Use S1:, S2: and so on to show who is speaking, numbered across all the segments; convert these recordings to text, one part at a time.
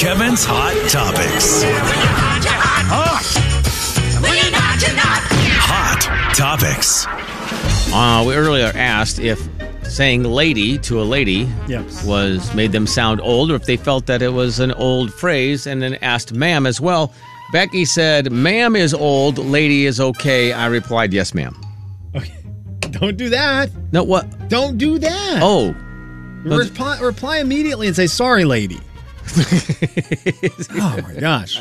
S1: Kevin's Hot Topics. Hot Topics.
S2: Uh, we earlier asked if saying lady to a lady
S3: Yes.
S2: was made them sound old or if they felt that it was an old phrase and then asked ma'am as well. Becky said, ma'am is old, lady is okay. I replied, yes, ma'am.
S3: Okay. Don't do that.
S2: No, what?
S3: Don't do that.
S2: Oh.
S3: Reply, reply immediately and say, sorry, lady. oh, my gosh.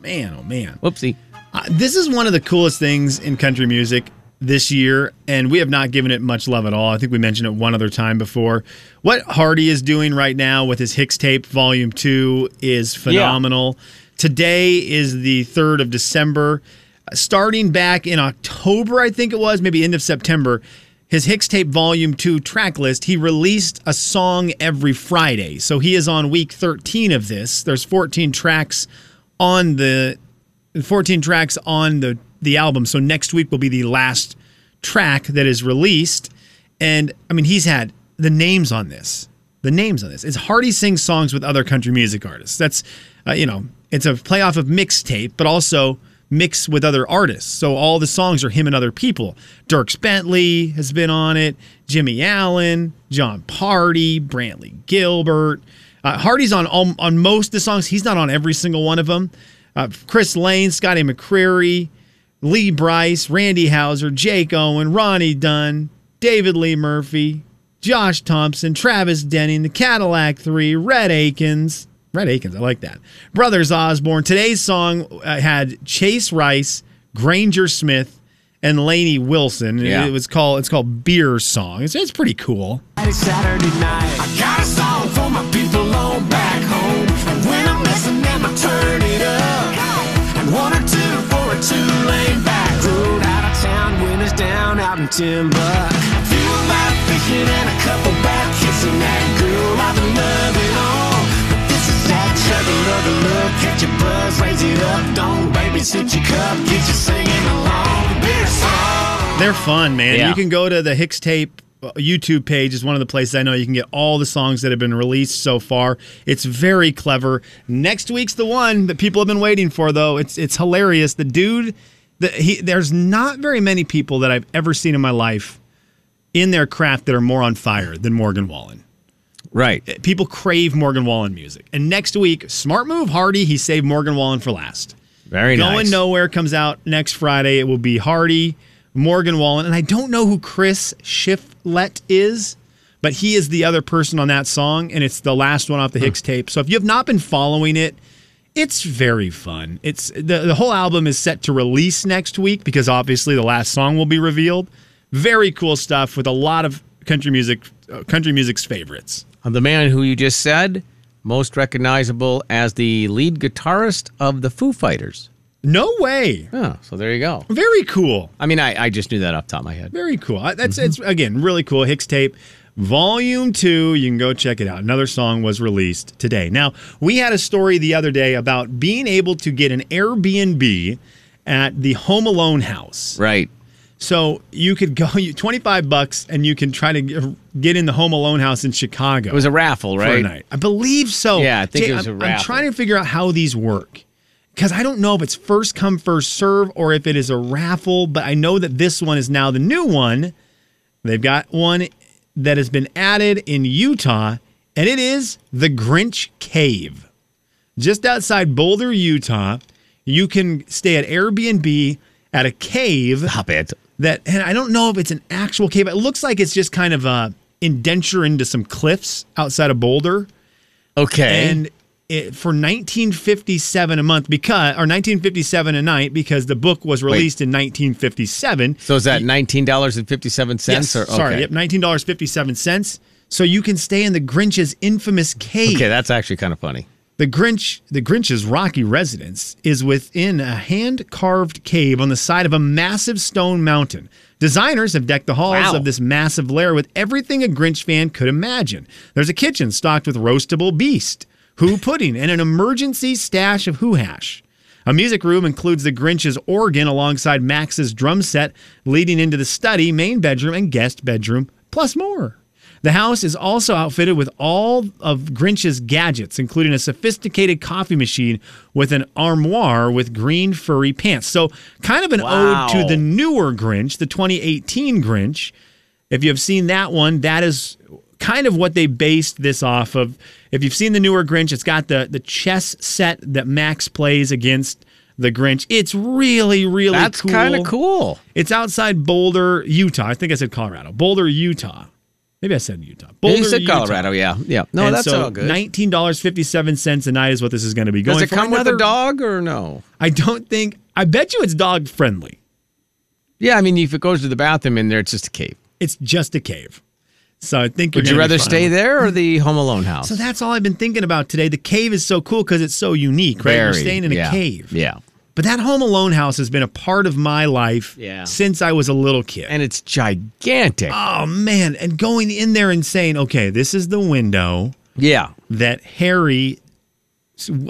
S3: Man, oh, man.
S2: Whoopsie.
S3: Uh, this is one of the coolest things in country music this year, and we have not given it much love at all. I think we mentioned it one other time before. What Hardy is doing right now with his Hicks tape, Volume 2, is phenomenal. Today is the 3rd of December. Uh, Starting back in October, I think it was, maybe end of September, his Hicks tape, Volume 2 track list, he released a song every Friday. So he is on week 13 of this. There's 14 tracks on the 14 tracks on the the album. So next week will be the last track that is released. And I mean, he's had the names on this. The names on this. It's Hardy sings songs with other country music artists. That's uh, you know, it's a playoff of mixtape, but also mix with other artists. So all the songs are him and other people. Dirks Bentley has been on it. Jimmy Allen, John Party, Brantley Gilbert. Uh, Hardy's on all, on most of the songs. He's not on every single one of them. Uh, Chris Lane, Scotty McCreery, Lee Bryce, Randy Hauser, Jake Owen, Ronnie Dunn, David Lee Murphy, Josh Thompson, Travis Denning, the Cadillac Three, Red Akins. Red Akins, I like that. Brothers Osborne. Today's song uh, had Chase Rice, Granger Smith, and Laney Wilson.
S2: Yeah.
S3: It was called it's called Beer Song. It's, it's pretty cool.
S4: Saturday night. I got a song for my people on back home. And when I'm missing them, I turn it up. And one or two for a two-lane back road. Out of town, windows down, out in Timbuk. Few of my fishing and a couple back kissing that girl. I've been loving all. But this is that chubby love love. Catch your buzz, raise it up. Don't babysit your cup. Get you singing along. Beer song.
S3: They're fun, man.
S2: Yeah.
S3: You can go to the Hicks Tape uh, YouTube page is one of the places I know you can get all the songs that have been released so far. It's very clever. Next week's the one that people have been waiting for, though. It's it's hilarious. The dude, the, he, there's not very many people that I've ever seen in my life in their craft that are more on fire than Morgan Wallen.
S2: Right.
S3: People crave Morgan Wallen music. And next week, smart move, Hardy. He saved Morgan Wallen for last.
S2: Very
S3: Going
S2: nice.
S3: Nowhere comes out next Friday. It will be Hardy, Morgan Wallen, and I don't know who Chris Shiflett is, but he is the other person on that song, and it's the last one off the Hicks tape. So if you have not been following it, it's very fun. It's the, the whole album is set to release next week because obviously the last song will be revealed. Very cool stuff with a lot of country music, uh, country music's favorites.
S2: The man who you just said, most recognizable as the lead guitarist of the Foo Fighters.
S3: No way.
S2: Oh, so there you go.
S3: Very cool.
S2: I mean, I, I just knew that off the top of my head.
S3: Very cool. I-
S2: Mm-hmm.
S3: That's it's again really cool. Hicks tape, volume two. You can go check it out. Another song was released today. Now we had a story the other day about being able to get an Airbnb at the Home Alone house.
S2: Right.
S3: So you could go you, twenty five bucks and you can try to g- get in the Home Alone house in Chicago.
S2: It was a raffle,
S3: for a
S2: right?
S3: night. I believe so.
S2: Yeah, I think
S3: Jay,
S2: it was
S3: I'm-
S2: a raffle.
S3: I'm trying to figure out how these work because I don't know if it's first come first serve or if it is a raffle. But I know that this one is now the new one. They've got one that has been added in Utah, and it is the Grinch Cave just outside Boulder, Utah. You can stay at Airbnb at a cave
S2: Stop it.
S3: that and I don't know if it's an actual cave. It looks like it's just kind of a indenture into some cliffs outside of Boulder.
S2: Okay.
S3: And it, for 1957 a month because or 1957 a night because the book was released in 1957.
S2: so is that nineteen dollars and fifty seven cents?
S3: Yes,
S2: Or okay.
S3: sorry, yep, $19.57. So you can stay in the Grinch's infamous cave.
S2: Okay, that's actually kind of funny.
S3: The Grinch, the Grinch's rocky residence is within a hand-carved cave on the side of a massive stone mountain. Designers have decked the halls
S2: Wow.
S3: of this massive lair with everything a Grinch fan could imagine. There's a kitchen stocked with roastable beast, who pudding, and an emergency stash of who hash. A music room includes the Grinch's organ alongside Max's drum set, leading into the study, main bedroom, and guest bedroom, plus more. The house is also outfitted with all of Grinch's gadgets, including a sophisticated coffee machine with an armoire with green furry pants. So, kind of an
S2: Wow.
S3: ode to the newer Grinch, the 2018 Grinch. If you have seen that one, that is kind of what they based this off of. If you've seen the newer Grinch, it's got the the chess set that Max plays against the Grinch. It's really, really
S2: That's
S3: cool.
S2: kind of cool.
S3: It's outside Boulder, Utah. I think I said Colorado. Boulder, Utah. Maybe I said Utah. Boulder,
S2: you said
S3: Utah.
S2: Colorado, yeah, yeah. No,
S3: and
S2: that's
S3: so
S2: all good.
S3: Nineteen dollars fifty seven cents a night is what this is going to be going
S2: Does it
S3: for.
S2: come with
S3: Another-
S2: a dog or no?
S3: I don't think. I bet you it's dog friendly.
S2: Yeah, I mean, if it goes to the bathroom in there, it's just a cave.
S3: It's just a cave. So I think.
S2: Would
S3: you're
S2: you
S3: gonna be
S2: rather
S3: fine.
S2: stay there or the Home Alone house?
S3: So that's all I've been thinking about today. The cave is so cool because it's so unique, right? You're
S2: Very,
S3: staying in a
S2: yeah,
S3: cave.
S2: Yeah,
S3: But that Home Alone house has been a part of my life
S2: Yeah.
S3: since I was a little kid.
S2: and it's gigantic.
S3: oh man, and going in there and saying, "Okay, this is the window
S2: yeah,
S3: that Harry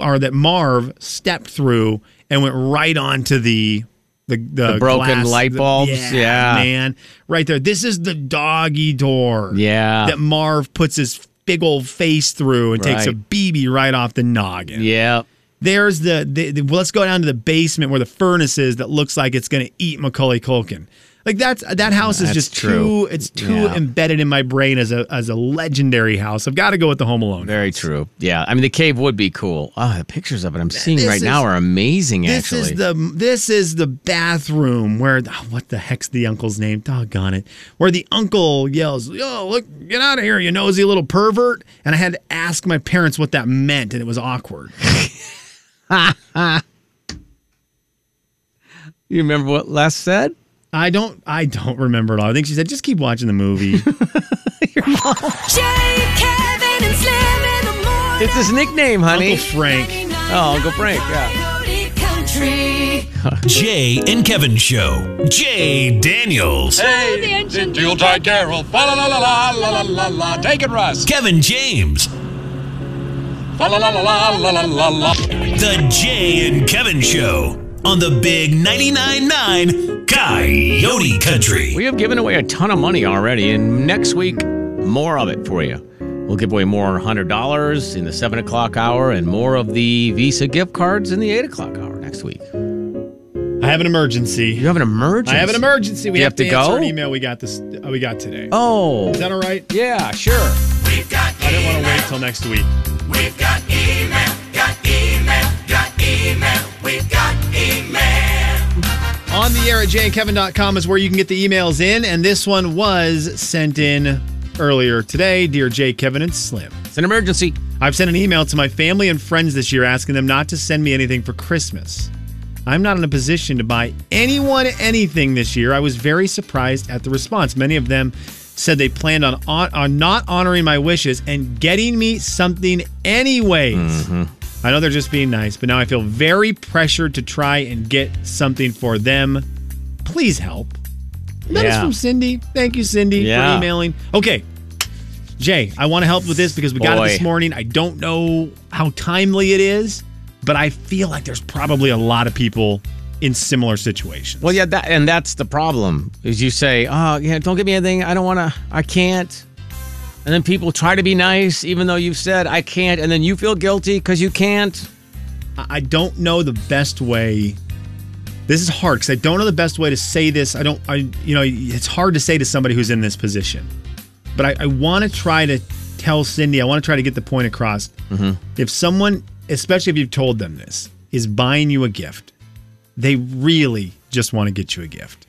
S3: or that Marv stepped through and went right onto the the, the,
S2: The broken
S3: glass-
S2: light bulbs? Yeah.
S3: man, right there. This is the doggy door.
S2: Yeah.
S3: that Marv puts his big old face through and takes a
S2: Right.
S3: BB right off the noggin.
S2: yeah.
S3: There's the, the, the well, let's go down to the basement where the furnace is that looks like it's going to eat Macaulay Culkin. Like that's that house is
S2: That's
S3: just
S2: true.
S3: too it's too
S2: Yeah.
S3: embedded in my brain as a as a legendary house. I've got to go with the Home Alone.
S2: Very true. Yeah, I mean, the cave would be cool. Ah, the pictures of it I'm seeing
S3: this
S2: right now
S3: is-
S2: are amazing.
S3: This
S2: actually,
S3: is the this is the bathroom where oh, what the heck's the uncle's name? Doggone it! Where the uncle yells, "Yo, look, get out of here, you nosy little pervert!" And I had to ask my parents what that meant, and it was awkward.
S2: you remember what Les said?
S3: I don't I don't remember it all. I think she said, "Just keep watching the movie."
S5: Jay, Kevin, and Slim in the morning.
S2: It's his nickname, honey.
S3: Uncle Frank.
S2: Oh, Uncle Frank, yeah.
S5: Country.
S1: Jay and Kevin Show. Jay Daniels.
S6: Yuletide Carol. Fa la la la la la la la la. Take it, Russ.
S1: Kevin James.
S6: Fa la la la la la la la la.
S1: The Jay and Kevin Show on the big 99.9 9 Coyote Country.
S2: We have given away a ton of money already, and next week, more of it for you. We'll give away more $100 in the 7 o'clock hour and more of the Visa gift cards in the 8 o'clock hour next week.
S3: I have an emergency.
S2: You have an emergency.
S3: I have an emergency. We
S2: You
S3: have,
S2: have
S3: to,
S2: to go?
S3: answer an email we got this uh, we got today.
S2: Oh.
S3: Is that all right?
S2: Yeah, sure.
S3: I didn't want to wait till next week.
S4: We've got email, got email, got email, we've got email.
S3: On the air at jandkevin.com is where you can get the emails in, and this one was sent in earlier today. Dear Jay, Kevin, and Slim.
S2: It's an emergency.
S3: I've sent an email to my family and friends this year asking them not to send me anything for Christmas. I'm not in a position to buy anyone anything this year. I was very surprised at the response. Many of them said they planned on, on, on not honoring my wishes and getting me something anyways.
S2: Mm-hmm.
S3: I know they're just being nice, but now I feel very pressured to try and get something for them. Please help. That is
S2: Yeah.
S3: from Cindy. Thank you, Cindy,
S2: Yeah.
S3: for emailing. Okay. Jay, I want to help with this because we got it this
S2: Boy.
S3: morning. I don't know how timely it is, but I feel like there's probably a lot of people in similar situations.
S2: Well, yeah, that and that's the problem is you say, oh, yeah, don't give me anything. I don't want to. I can't. And then people try to be nice, even though you've said I can't, and then you feel guilty because you can't.
S3: I I don't know the best way. This is hard because I don't know the best way to say this. I don't, I, you know, it's hard to say to somebody who's in this position. But I, I want to try to tell Cindy, I want to try to get the point across. If someone, especially if you've told them this, is buying you a gift, they really just want to get you a gift.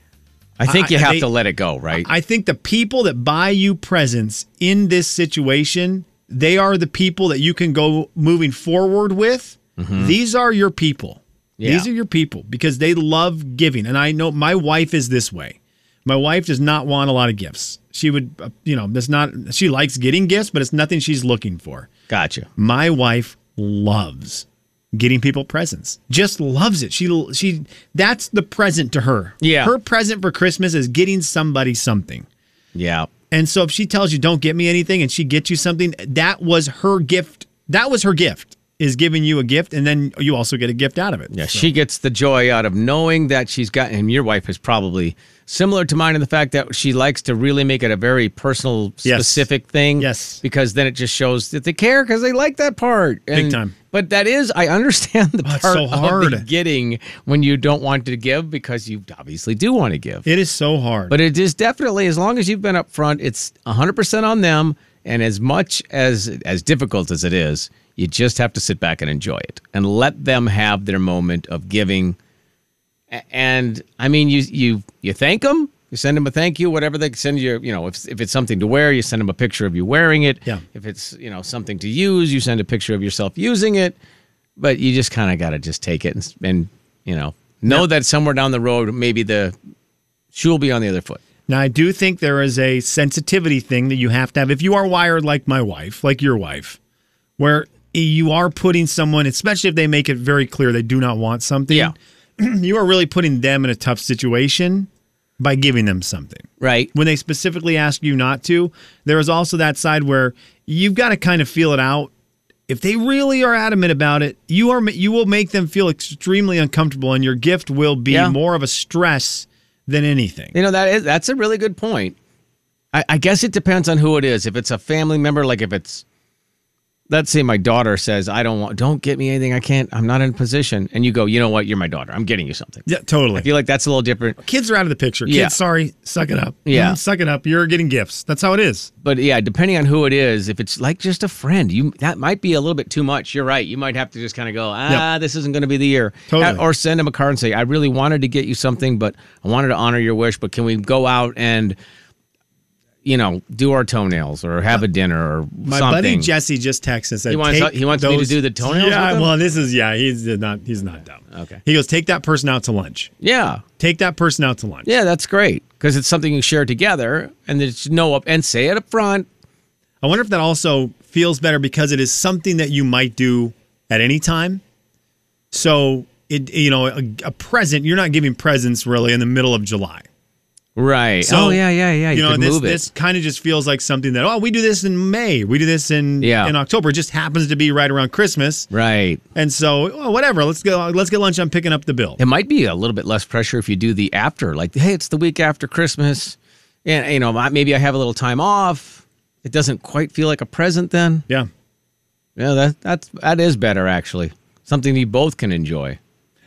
S2: I think
S3: I-
S2: you have
S3: they-
S2: to let it go, right?
S3: I think the people that buy you presents in this situation, they are the people that you can go moving forward with. These are your people.
S2: Mm-hmm. Yeah.
S3: These are your people because they love giving. And I know my wife is this way. My wife does not want a lot of gifts. She would, uh, you know, that's not, she likes getting gifts, but it's nothing she's looking for.
S2: gotcha.
S3: My wife loves getting people presents. Just loves it. She she that's the present to her.
S2: Yeah.
S3: Her present for Christmas is getting somebody something.
S2: Yeah.
S3: And so if she tells you don't get me anything and she gets you something, that was her gift. That was her gift. is giving you a gift, and then you also get a gift out of it.
S2: Yeah, she gets the joy out of knowing that she's got, and your wife is probably similar to mine in the fact that she likes to really make it a very personal,
S3: Yes.
S2: specific thing.
S3: Yes.
S2: Because then it just shows that they care because they like that part. And-
S3: time. Oh,
S2: But that is, I understand the part
S3: it's so
S2: of the
S3: hard.
S2: getting when you don't want to give because you obviously do want to give.
S3: It is so hard.
S2: But it is definitely as long as you've been up front, it's 100% on them and as much as as difficult as it is, you just have to sit back and enjoy it and let them have their moment of giving. A- And I mean you you you thank them, you send them a thank you, whatever they send you, you know, if if it's something to wear, you send them a picture of you wearing it.
S3: Yeah.
S2: If it's, you know, something to use, you send a picture of yourself using it but you just kind of got to just take it and, s- and you know know that somewhere down the road maybe the shoe will be on the other foot
S3: Now, I do think there is a sensitivity thing that you have to have. If you are wired like my wife, like your wife, where you are putting someone, especially if they make it very clear they do not want something,
S2: Yeah.
S3: you are really putting them in a tough situation by giving them something.
S2: right
S3: When they specifically ask you not to, there is also that side where you've got to kind of feel it out. If they really are adamant about it, you are you will make them feel extremely uncomfortable, and your gift will be
S2: Yeah.
S3: more of a stress than anything.
S2: you know that is that's a really good point I, I guess it depends on who it is if it's a family member like if it's let's say my daughter says i don't want don't get me anything i can't i'm not in a position and you go you know what you're my daughter i'm getting you something
S3: Yeah, totally.
S2: i feel like that's a little different
S3: kids are out of the picture.
S2: Yeah.
S3: Kids, sorry, suck it up.
S2: Yeah.
S3: Mm, suck it up. You're getting gifts. That's how it is.
S2: but yeah, depending on who it is, if it's like just a friend, you that might be a little bit too much. You're right. You might have to just kind of go, ah, this isn't going to be the year.
S3: Totally.
S2: Or send them a card and say, I really wanted to get you something, but I wanted to honor your wish. But can we go out and, you know, do our toenails or have a dinner or
S3: My
S2: something?
S3: buddy Jesse just texted and said
S2: He wants-
S3: "Take
S2: he wants me to
S3: those-
S2: do the toenails
S3: Yeah,
S2: with him?
S3: well, this is yeah. He's not. He's not dumb.
S2: Okay.
S3: He goes, take that person out to lunch.
S2: yeah,
S3: Take that person out to lunch.
S2: yeah, that's great because it's something you share together, and there's no up and say it up front.
S3: I wonder if that also feels better because it is something that you might do at any time. So it you know a, a present. You're not giving presents really in the middle of July.
S2: Right.
S3: So,
S2: oh yeah, yeah, yeah. You,
S3: You, know,
S2: could
S3: this
S2: move it.
S3: this kind of just feels like something that oh, we do this in May, we do this in
S2: Yeah.
S3: in October. It just happens to be right around Christmas,
S2: right.
S3: and so oh, whatever. Let's go. Let's get lunch. I'm picking up the bill.
S2: it might be a little bit less pressure if you do the after like hey it's the week after christmas and you know I- maybe i have a little time off it doesn't quite feel like a present then
S3: Yeah,
S2: yeah that that's that is better actually something you both can enjoy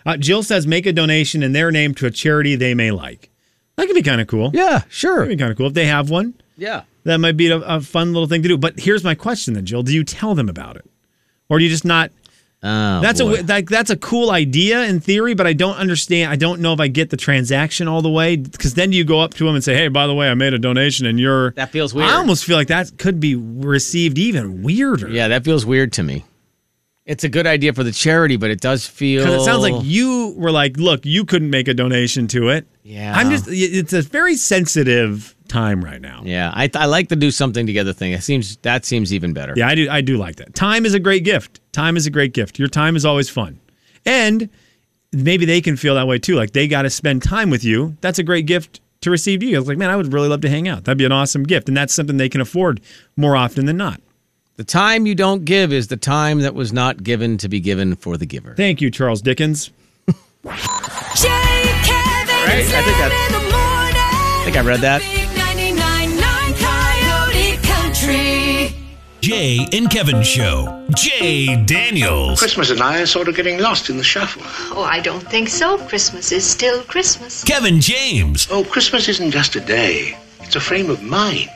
S3: uh, Jill says make a donation in their name to a charity they may like. That could be kind of cool.
S2: yeah
S3: that'd
S2: sure
S3: be kind of cool if they have one.
S2: yeah
S3: That might be a, a fun little thing to do. But here's my question then, Jill: Do you tell them about it, or do you just not?
S2: oh,
S3: That's
S2: boy.
S3: a like that's a cool idea in theory, but I don't understand. I don't know if I get the transaction all the way because then you go up to them and say, "Hey, by the way, I made a donation," and you're
S2: That feels weird.
S3: I almost feel like that could be received even weirder.
S2: yeah that feels weird to me it's a good idea for the charity but it does feel
S3: Because it sounds like you were like, "Look, you couldn't make a donation to it."
S2: Yeah.
S3: I'm just. It's a very sensitive time right now.
S2: yeah i, I like the do something together thing it seems that seems even better
S3: Yeah, I do. I do like that. Time is a great gift. Time is a great gift. Your time is always fun, and maybe they can feel that way too. Like they got to spend time with you. That's a great gift to receive. To you, I was like, man, I would really love to hang out. That'd be an awesome gift, and that's something they can afford more often than not.
S2: the time you don't give is the time that was not given to be given for the giver
S3: Thank you, Charles Dickens.
S5: Jay, Kevin, and
S2: Right? I think
S5: Slim
S2: that's-
S5: in the morning. I
S2: think I read that.
S5: Big 99.9 Coyote Country.
S1: Jay and Kevin Show. Jay Daniels.
S7: Christmas and I are sort of getting lost in the shuffle.
S8: Oh, I don't think so. Christmas is still Christmas.
S1: Kevin James.
S7: Oh, Christmas isn't just a day, it's a frame of mind.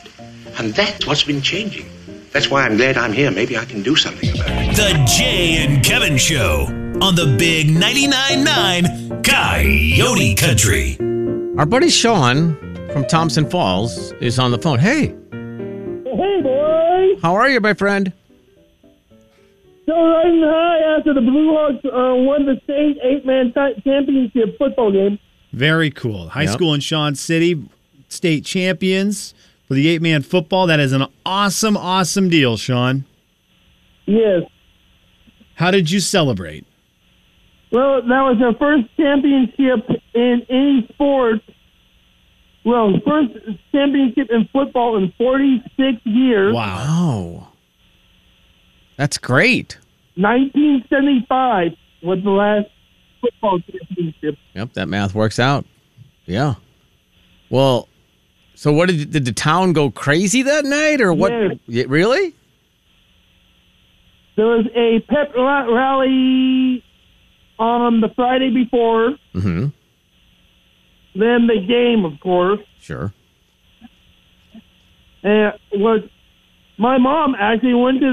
S7: And that's what's been changing. That's why I'm glad I'm here. Maybe I can do something about it.
S1: The Jay and Kevin Show on the Big 99.9 9 Coyote Country.
S2: Our buddy Sean from Thompson Falls is on the phone. Hey,
S9: Hey, boy!
S2: how are you, my friend?
S9: So riding high after the Blue Hawks uh, won the state eight-man ti- championship football game.
S3: Very cool. High
S2: Yep.
S3: school in Shawn City, state champions for the eight-man football. That is an awesome, awesome deal, Sean.
S9: Yes.
S3: How did you celebrate?
S9: Well, that was their first championship in any sport. Well, first championship in football in 46 years.
S3: Wow.
S2: Oh, that's great.
S9: 1975 was the last football championship.
S2: Yep, that math works out. Yeah. Well, so what did did the town go crazy that night or what?
S9: Yes.
S2: Yeah, Really?
S9: There was a pep ra- rally on the Friday before,
S2: Mm-hmm.
S9: then the game, of course.
S2: Sure.
S9: And it was my mom actually went to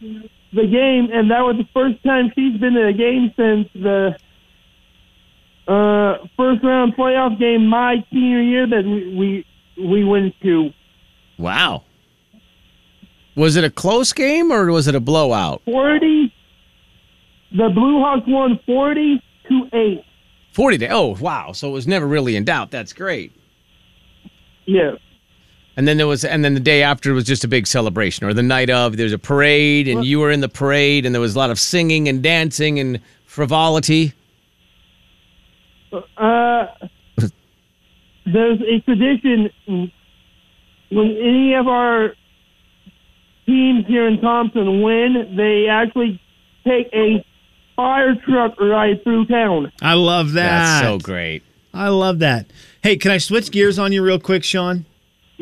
S9: the the game, and that was the first time she's been to a game since the uh, first round playoff game my senior year that we we, we went to
S2: Wow. Was it a close game or was it a blowout?
S9: forty. The Blue Hawks won forty to eight.
S2: Forty to oh wow, so it was never really in doubt. That's great.
S9: Yes.
S2: And then there was, and then the day after was just a big celebration, or the night of. There's a parade, and you were in the parade, and there was a lot of singing and dancing and frivolity.
S9: Uh, there's a tradition when any of our teams here in Thompson win, they actually take a fire truck ride through town.
S3: I love that.
S2: That's so great.
S3: I love that. Hey, can I switch gears on you real quick, Sean?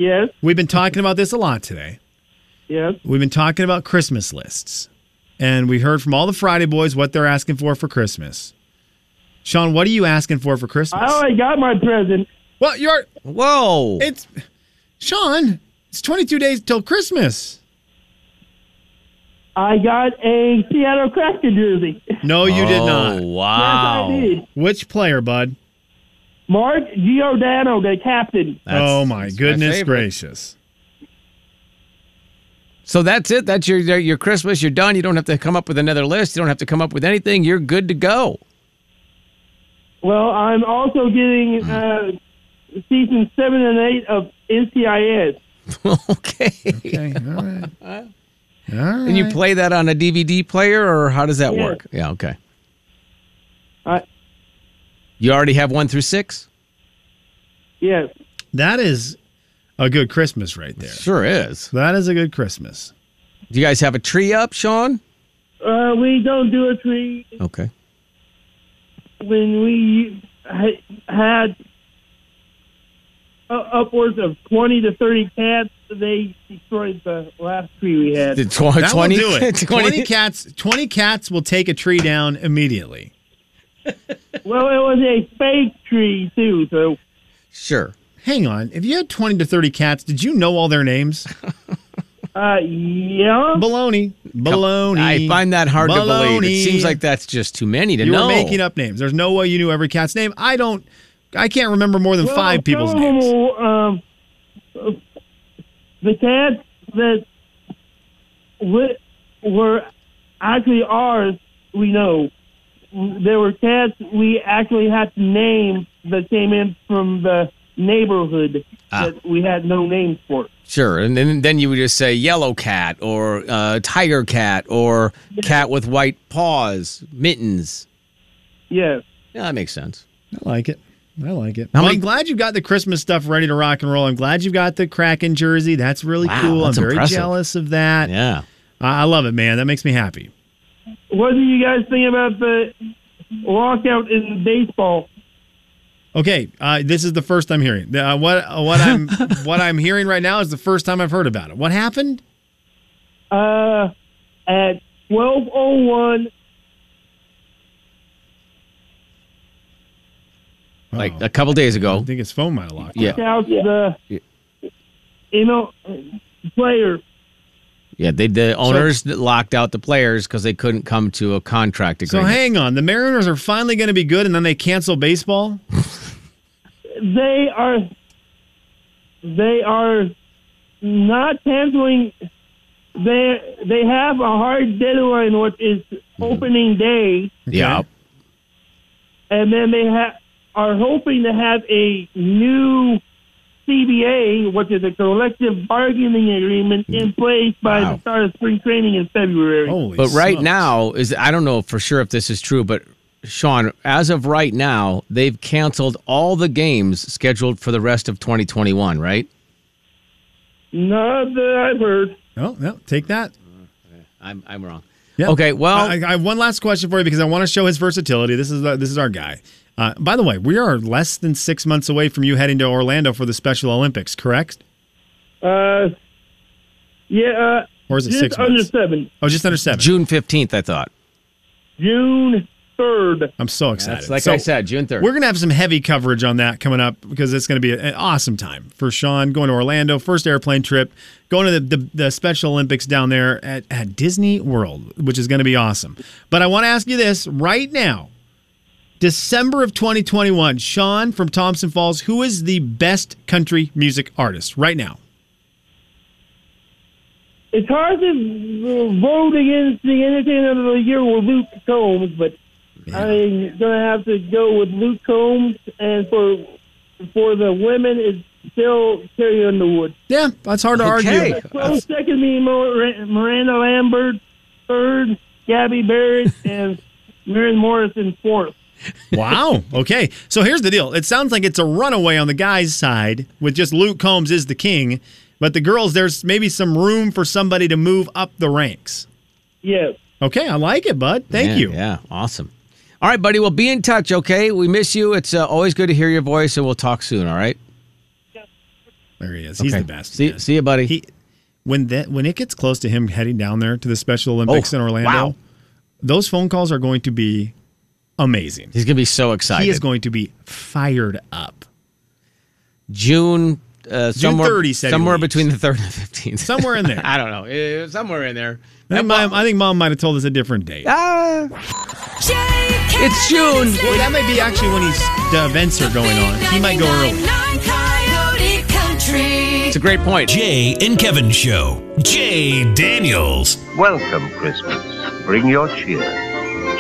S9: Yes,
S3: We've been talking about this a lot today.
S9: yes,
S3: We've been talking about Christmas lists, and we heard from all the Friday boys what they're asking for for Christmas. Sean, what are you asking for for Christmas?
S9: Oh, I already got my present.
S3: well, you're
S2: Whoa!
S3: it's Sean. It's 22 days till Christmas.
S9: I got a Seattle Kraken jersey. Yes,
S3: No, you did not.
S2: Oh, Wow.
S9: I did.
S3: Which player, bud?
S9: Mark Giordano, the captain.
S2: That's-
S3: oh my
S2: that's
S3: goodness
S2: favorite.
S3: gracious!
S2: So that's it. That's your your Christmas. You're done. You don't have to come up with another list. You don't have to come up with anything. You're good to go.
S9: Well, I'm also getting uh, season seven and eight of NCIS.
S2: okay.
S3: Okay, all right. All right.
S2: And you play that on a DVD player, or how does that
S9: Yeah.
S2: work? Yeah. Okay.
S9: Uh,
S2: You already have one through six.
S9: yes.
S3: that is a good Christmas right there.
S2: Sure is.
S3: That is a good Christmas.
S2: Do you guys have a tree up, Sean?
S9: Uh, we don't do a tree
S2: Okay.
S9: when we ha- had uh, upwards of 20 to 30 cats, they destroyed the last tree we had.
S2: The tw- 20,
S3: That will do it. 20 cats. 20 cats will take a tree down immediately.
S9: well, it was a fake tree, too, so
S2: Sure.
S3: Hang on. If you had 20 to 30 cats, did you know all their names?
S9: uh, yeah.
S3: Baloney. Baloney.
S2: I find that hard to believe.
S3: Baloney.
S2: It seems like that's just too many to
S3: you
S2: know.
S3: were making up names. There's no way you knew every cat's name. I don't. I can't remember more than
S9: Well,
S3: five people's
S9: some of them
S3: names.
S9: were, Um, uh, the cats that wi- were actually ours, we know. There were cats we actually had to name that came in from the neighborhood
S3: Ah.
S9: that we had no names for.
S2: Sure. And then, then you would just say yellow cat or uh, tiger cat or cat with white paws, mittens.
S9: Yes.
S2: Yeah, that makes sense.
S3: I like it. I like it.
S2: How
S3: Well,
S2: many-
S3: I'm glad you got the Christmas stuff ready to rock and roll. I'm glad you got the Kraken jersey. That's really
S2: Wow,
S3: cool.
S2: that's
S3: I'm very
S2: impressive.
S3: jealous of that.
S2: Yeah.
S3: I, I love it, man. That makes me happy.
S9: What do you guys think about the lockout in baseball?
S3: Okay, uh, this is the first I'm hearing. Uh, what uh, what I'm what I'm hearing right now is the first time I've heard about it. What happened?
S9: Uh, at 1201
S2: Like a couple days
S3: I
S2: ago.
S3: think his phone might have locked.
S2: Yeah.
S9: out the
S2: Yeah.
S9: you know player.
S2: Yeah. They, the owners that locked out the players because they couldn't come to a contract
S3: So
S2: agreement.
S3: hang on, the Mariners are finally going to be good, and then they cancel baseball.
S9: They are they are not canceling. They they have a hard deadline, which is opening
S2: Mm-hmm.
S9: day,
S2: yeah.
S3: Okay.
S9: and then they ha- are hoping to have a new CBA, which is a collective bargaining agreement, in place by
S2: Mm-hmm. Wow. Oh.
S9: the start of spring training in February.
S3: Holy
S2: But right
S3: smokes.
S2: now is I don't know for sure if this is true, but Sean, as of right now, they've canceled all the games scheduled for the rest of 2021, right?
S9: Not that I've heard.
S3: no, no, take that.
S2: I'm I'm wrong.
S3: Yeah.
S2: Okay, well-
S3: I, I have one last question for you because I want to show his versatility. This is the, this is our guy. Uh, by the way, we are less than six months away from you heading to Orlando for the Special Olympics, correct?
S9: Uh, yeah. Uh,
S3: Or is it
S9: just
S3: six
S9: under
S3: months?
S9: seven.
S3: Oh, just under seven.
S2: June 15th, I thought.
S9: June third.
S3: I'm so excited.
S2: That's like
S3: So
S2: I said, June 3rd.
S3: We're going to have some heavy coverage on that coming up because it's going to be an awesome time for Sean going to Orlando, first airplane trip, going to the, the, the Special Olympics down there at, at Disney World, which is going to be awesome. But I want to ask you this right now December of 2021, Sean from Thompson Falls, who is the best country music artist right now?
S9: It's hard to vote against the entertainer of the year with Luke Combs, but I'm gonna have to go with Luke Combs. And for for the women, it's still Carrie Underwood.
S3: Yeah, that's hard to
S2: Okay.
S3: argue.
S9: Close second, me Mor- Miranda Lambert. Third, Gabby Barrett, and Marion Morrison. Fourth.
S3: Wow. Okay. So here's the deal. It sounds like it's a runaway on the guys' side with just Luke Combs is the king, but the girls, there's maybe some room for somebody to move up the ranks.
S9: Yes.
S3: Okay. I like it, bud. Thank
S2: Yeah,
S3: you.
S2: Yeah, awesome. All right, buddy. Well, be in touch, okay? We miss you. It's uh, always good to hear your voice, and we'll talk soon, all right?
S3: There he is. He's
S2: Okay.
S3: the best.
S2: See,
S3: man.
S2: see you, buddy.
S3: He, when that when it gets close to him heading down there to the Special Olympics in Orlando,
S2: Oh, wow.
S3: those phone calls are going to be amazing.
S2: He's going to be so excited.
S3: He is going to be fired up.
S2: June, uh, somewhere,
S3: 30 said he
S2: somewhere
S3: leaves.
S2: between the 3rd and the 15th.
S3: Somewhere in there.
S2: I don't know. Uh, somewhere in there.
S3: I think, mom, I think mom might have told us a different date.
S2: Ah,
S5: Jay, Kevin,
S2: It's June.
S5: and Slim
S3: Well, that might be actually when he's the events are going on. He might go early.
S5: 99.9 Coyote Country.
S2: it's a great point.
S1: Jay and Kevin Show. Jay Daniels.
S4: Welcome, Christmas. Bring your cheer.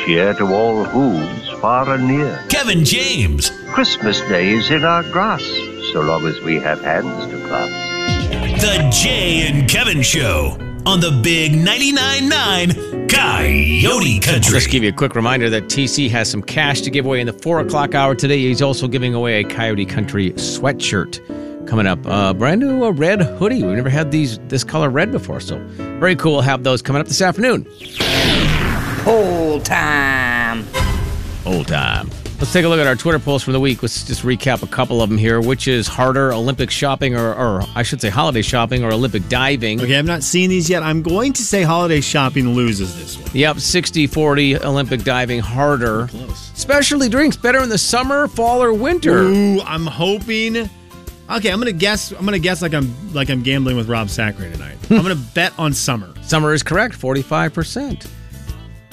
S4: Cheer to all who's far and near.
S1: Kevin James.
S4: Christmas Day is in our grass, so long as we have hands to clasp.
S1: The Jay and Kevin Show on the Big 99.9 Coyote Country.
S2: Just give you a quick reminder that TC has some cash to give away in the four o'clock hour today. He's also giving away a Coyote Country sweatshirt coming up. Uh, brand new a red hoodie. We've never had these this color red before, so very cool. We'll have those coming up this afternoon.
S10: Poll time.
S2: Old time. Let's take a look at our Twitter polls from the week. Let's just recap a couple of them here. Which is harder, Olympic shopping, or, or I should say, holiday shopping, or Olympic diving?
S3: Okay, I've not seen these yet. I'm going to say holiday shopping loses this one.
S2: Yep, 60 40 Olympic diving harder.
S3: Close.
S2: Specialty drinks better in the summer, fall, or winter.
S3: Ooh, I'm hoping. Okay, I'm gonna guess. I'm gonna guess like I'm like I'm gambling with Rob Sacre tonight.
S2: Hmm.
S3: I'm gonna bet on summer.
S2: Summer is correct, 45%.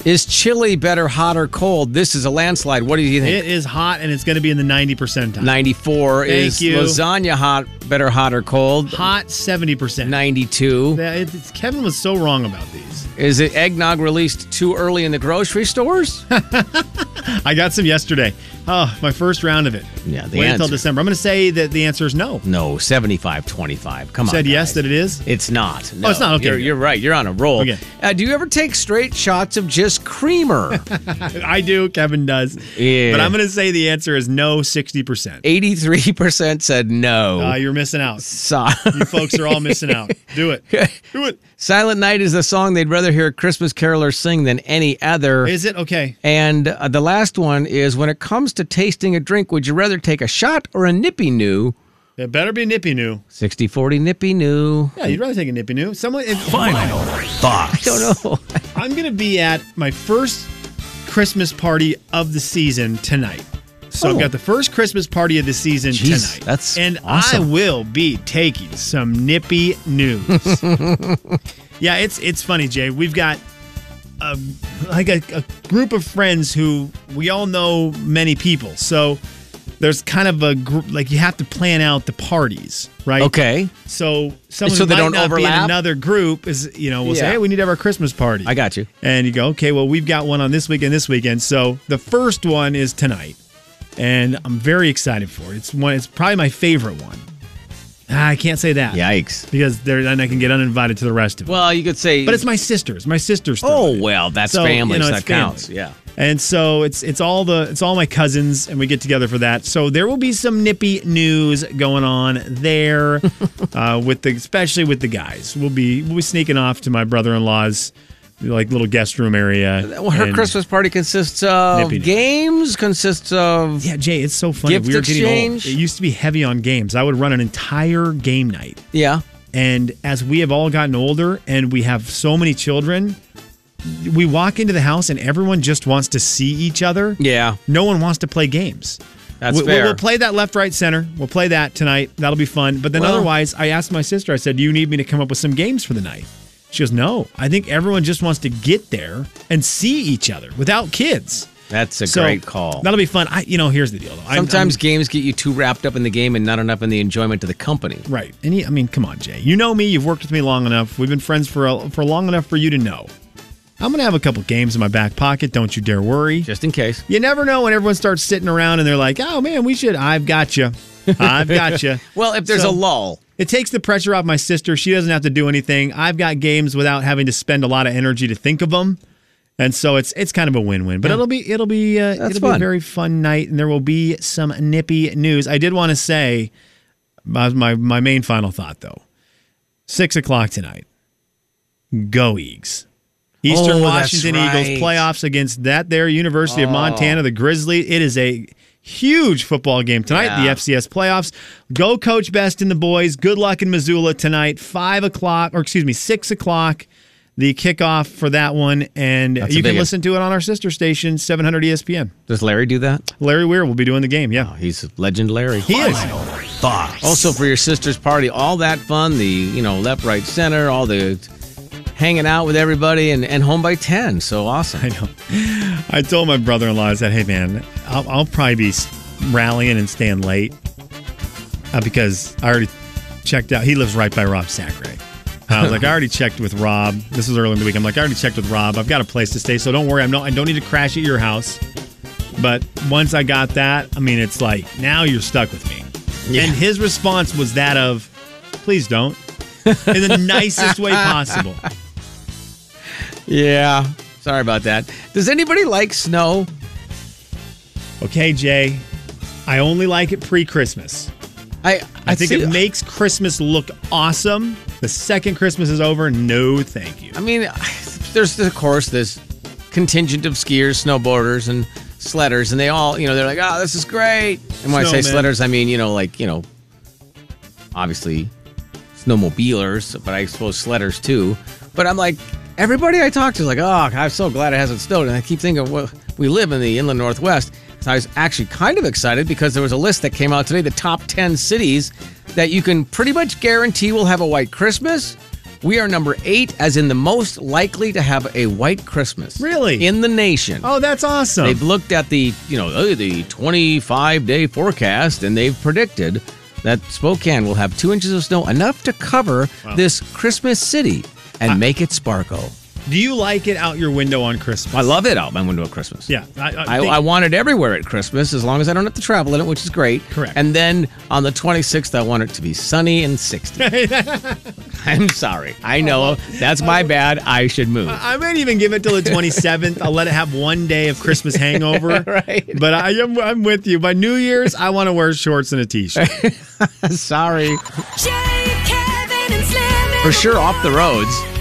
S2: Is chili better hot or cold? This is a landslide. What do you think?
S3: It is hot and it's gonna be in the 90 percentile.
S2: 94
S3: Thank
S2: is
S3: you.
S2: lasagna hot, better hot or cold?
S3: Hot 70 percent.
S2: 92.
S3: It's, Kevin was so wrong about these.
S2: Is it eggnog released too early in the grocery stores?
S3: I got some yesterday. Oh, my first round of it.
S2: Yeah, the
S3: Wait until
S2: answer.
S3: December. I'm gonna say that the answer is no.
S2: no, 75 25. Come
S3: You
S2: on.
S3: said yes
S2: guys.
S3: that it is.
S2: It's not. No.
S3: it's not? Okay.
S2: You're, you're right. You're on a roll.
S3: Okay.
S2: Uh, do you ever take straight shots of just creamer?
S3: I do. Kevin does.
S2: Yeah.
S3: But I'm gonna say the answer is no. 60 percent.
S2: 83% said no.
S3: Uh, you're missing out.
S2: Sorry.
S3: You folks are all missing out. Do it. Do it.
S2: Silent Night is the song they'd rather hear a Christmas caroler sing than any other.
S3: Is it okay?
S2: and uh, the last one is when it comes to tasting a drink, would you rather take a shot or a nippy new?
S3: It better be nippy new.
S2: 60 40 nippy new.
S3: Yeah, you'd rather take a nippy new. Someone, if,
S1: Final thoughts.
S2: Don't know.
S3: I'm gonna be at my first Christmas party of the season tonight. So
S2: Oh.
S3: I've got the first Christmas party of the season
S2: Jeez,
S3: tonight.
S2: that's
S3: and I
S2: awesome.
S3: will be taking some nippy news. yeah, it's it's funny, Jay. We've got a, like a, a group of friends who we all know many people. So there's kind of a group like you have to plan out the parties, right?
S2: okay.
S3: So someone
S2: So
S3: who
S2: they
S3: might
S2: don't
S3: not be in
S2: overlap?
S3: another group is, you know, we'll say,
S2: Yeah.
S3: hey, we need to have our Christmas party.
S2: I got you.
S3: And you go, okay, well, we've got one on this weekend, this weekend. So the first one is tonight, and I'm very excited for it. It's one. It's probably my favorite one. Ah, I can't say that.
S2: Yikes.
S3: Because there, then I can get uninvited to the rest of it.
S2: Well, you could say.
S3: but it's my sister's. My sister's.
S2: Oh,
S3: throwing it.
S2: well, that's
S3: So,
S2: family,
S3: you know,
S2: so
S3: it's
S2: that counts.
S3: family.
S2: Yeah.
S3: And so it's it's all the it's all my cousins, and we get together for that. So there will be some nippy news going on there, uh, with the especially with the guys. We'll be we'll be sneaking off to my brother in law's like little guest room area.
S2: Well, her
S3: and-
S2: Christmas party consists of
S3: Nippy-nippy.
S2: games, consists of
S3: Yeah, Jay, it's so funny.
S2: Gift
S3: we were getting old.
S2: exchange?
S3: It used to be heavy on games. I would run an entire game night.
S2: yeah.
S3: And as we have all gotten older and we have so many children, we walk into the house and everyone just wants to see each other.
S2: Yeah,
S3: No one wants to play games.
S2: that's
S3: we, we-
S2: fair.
S3: We'll play that left, right, center. We'll play that tonight. That'll be fun. But then
S2: Well-
S3: otherwise, I asked my sister, I said, Do you need me to come up with some games for the night? She goes, No. I think everyone just wants to get there and see each other without kids.
S2: that's a
S3: so
S2: great call.
S3: That'll be fun. I, you know, here's the deal. Though. I'm-
S2: Sometimes
S3: I'm-
S2: games get you too wrapped up in the game and not enough in the enjoyment to the company.
S3: right. And he, I mean, come on, Jay. You know me. You've worked with me long enough. We've been friends for a, for long enough for you to know. I'm gonna have a couple games in my back pocket. Don't you dare worry.
S2: Just in case.
S3: You never know when everyone starts sitting around and they're like, "Oh man, we should." I've got you. I've got you.
S2: Well, if there's
S3: So-
S2: a lull,
S3: It takes the pressure off my sister. She doesn't have to do anything. I've got games without having to spend a lot of energy to think of them, and so it's it's kind of a win win. But it'll be it'll be uh, it'll be a
S2: fun.
S3: very fun night, and there will be some nippy news. I did want to say my, my my main final thought though. Six o'clock tonight. Go Eagles. Eastern
S2: Oh, that's
S3: Washington
S2: right.
S3: Eagles playoffs against that there University of Montana,
S2: Oh.
S3: the Grizzlies. It is a huge football game tonight.
S2: Yeah.
S3: The FCS playoffs. Go coach best in the boys. Good luck in Missoula tonight. Five o'clock, or excuse me, six o'clock. The kickoff for that one, and
S2: That's a
S3: you
S2: big
S3: can
S2: one.
S3: listen to it on our sister station, E 700 ESPN.
S2: does Larry do that?
S3: Larry Weir will be doing the game. Yeah,
S2: He's legend Larry.
S3: he is.
S1: Thoughts.
S2: Also for your sister's party, all that fun, the you know, left, right, center, all the hanging out with everybody and, and home by ten. So awesome.
S3: I told my brother in law, I said, hey, man, I'll, I'll probably be s- rallying and staying late uh, because I already checked out. He lives right by Rob Sacre. I was like, I already checked with Rob. This was early in the week. I'm like, I already checked with Rob. I've got a place to stay, so don't worry. I'm not. I don't need to crash at your house. But once I got that, I mean, it's like now you're stuck with me. And his response was that of, please don't, in the nicest way possible.
S2: Yeah. Sorry about that. Does anybody like snow?
S3: Okay, Jay, I only like it pre-Christmas.
S2: I
S3: I think
S2: see-
S3: it makes Christmas look awesome. The second Christmas is over, no thank you.
S2: I mean, there's of course this contingent of skiers, snowboarders, and sledders, and they all, you know, they're like, "Oh, this is great." And when I say
S3: Snowmen.
S2: sledders, I mean, you know, like you know, obviously snowmobilers, but I suppose sledders too. But I'm like, everybody I talk to is like, "Oh, I'm so glad it hasn't snowed." And I keep thinking, well, we live in the inland Northwest, so I was actually kind of excited because there was a list that came out today, the top ten cities that you can pretty much guarantee will have a white Christmas. We are number eight, as in the most likely to have a white Christmas.
S3: Really?
S2: In the nation.
S3: Oh, that's awesome.
S2: They've looked at the you know uh, the 25 day forecast and they've predicted that Spokane will have two inches of snow enough to cover this Christmas city and make it sparkle.
S3: Do you like it out your window on Christmas?
S2: I love it out my window at Christmas.
S3: Yeah, I,
S2: I,
S3: think-
S2: I want it everywhere at Christmas as long as I don't have to travel in it, which is great.
S3: Correct.
S2: And then on the 26th, I want it to be sunny and 60. I'm sorry. I know. That's my bad. I should move.
S3: I might even give it till the 27th. I'll let it have one day of Christmas hangover.
S2: Right.
S3: But I am, I'm with you. By New Year's, I want to wear shorts and a t-shirt.
S2: sorry.
S5: Jay, Kevin, and Slim.
S2: For sure, off the roads.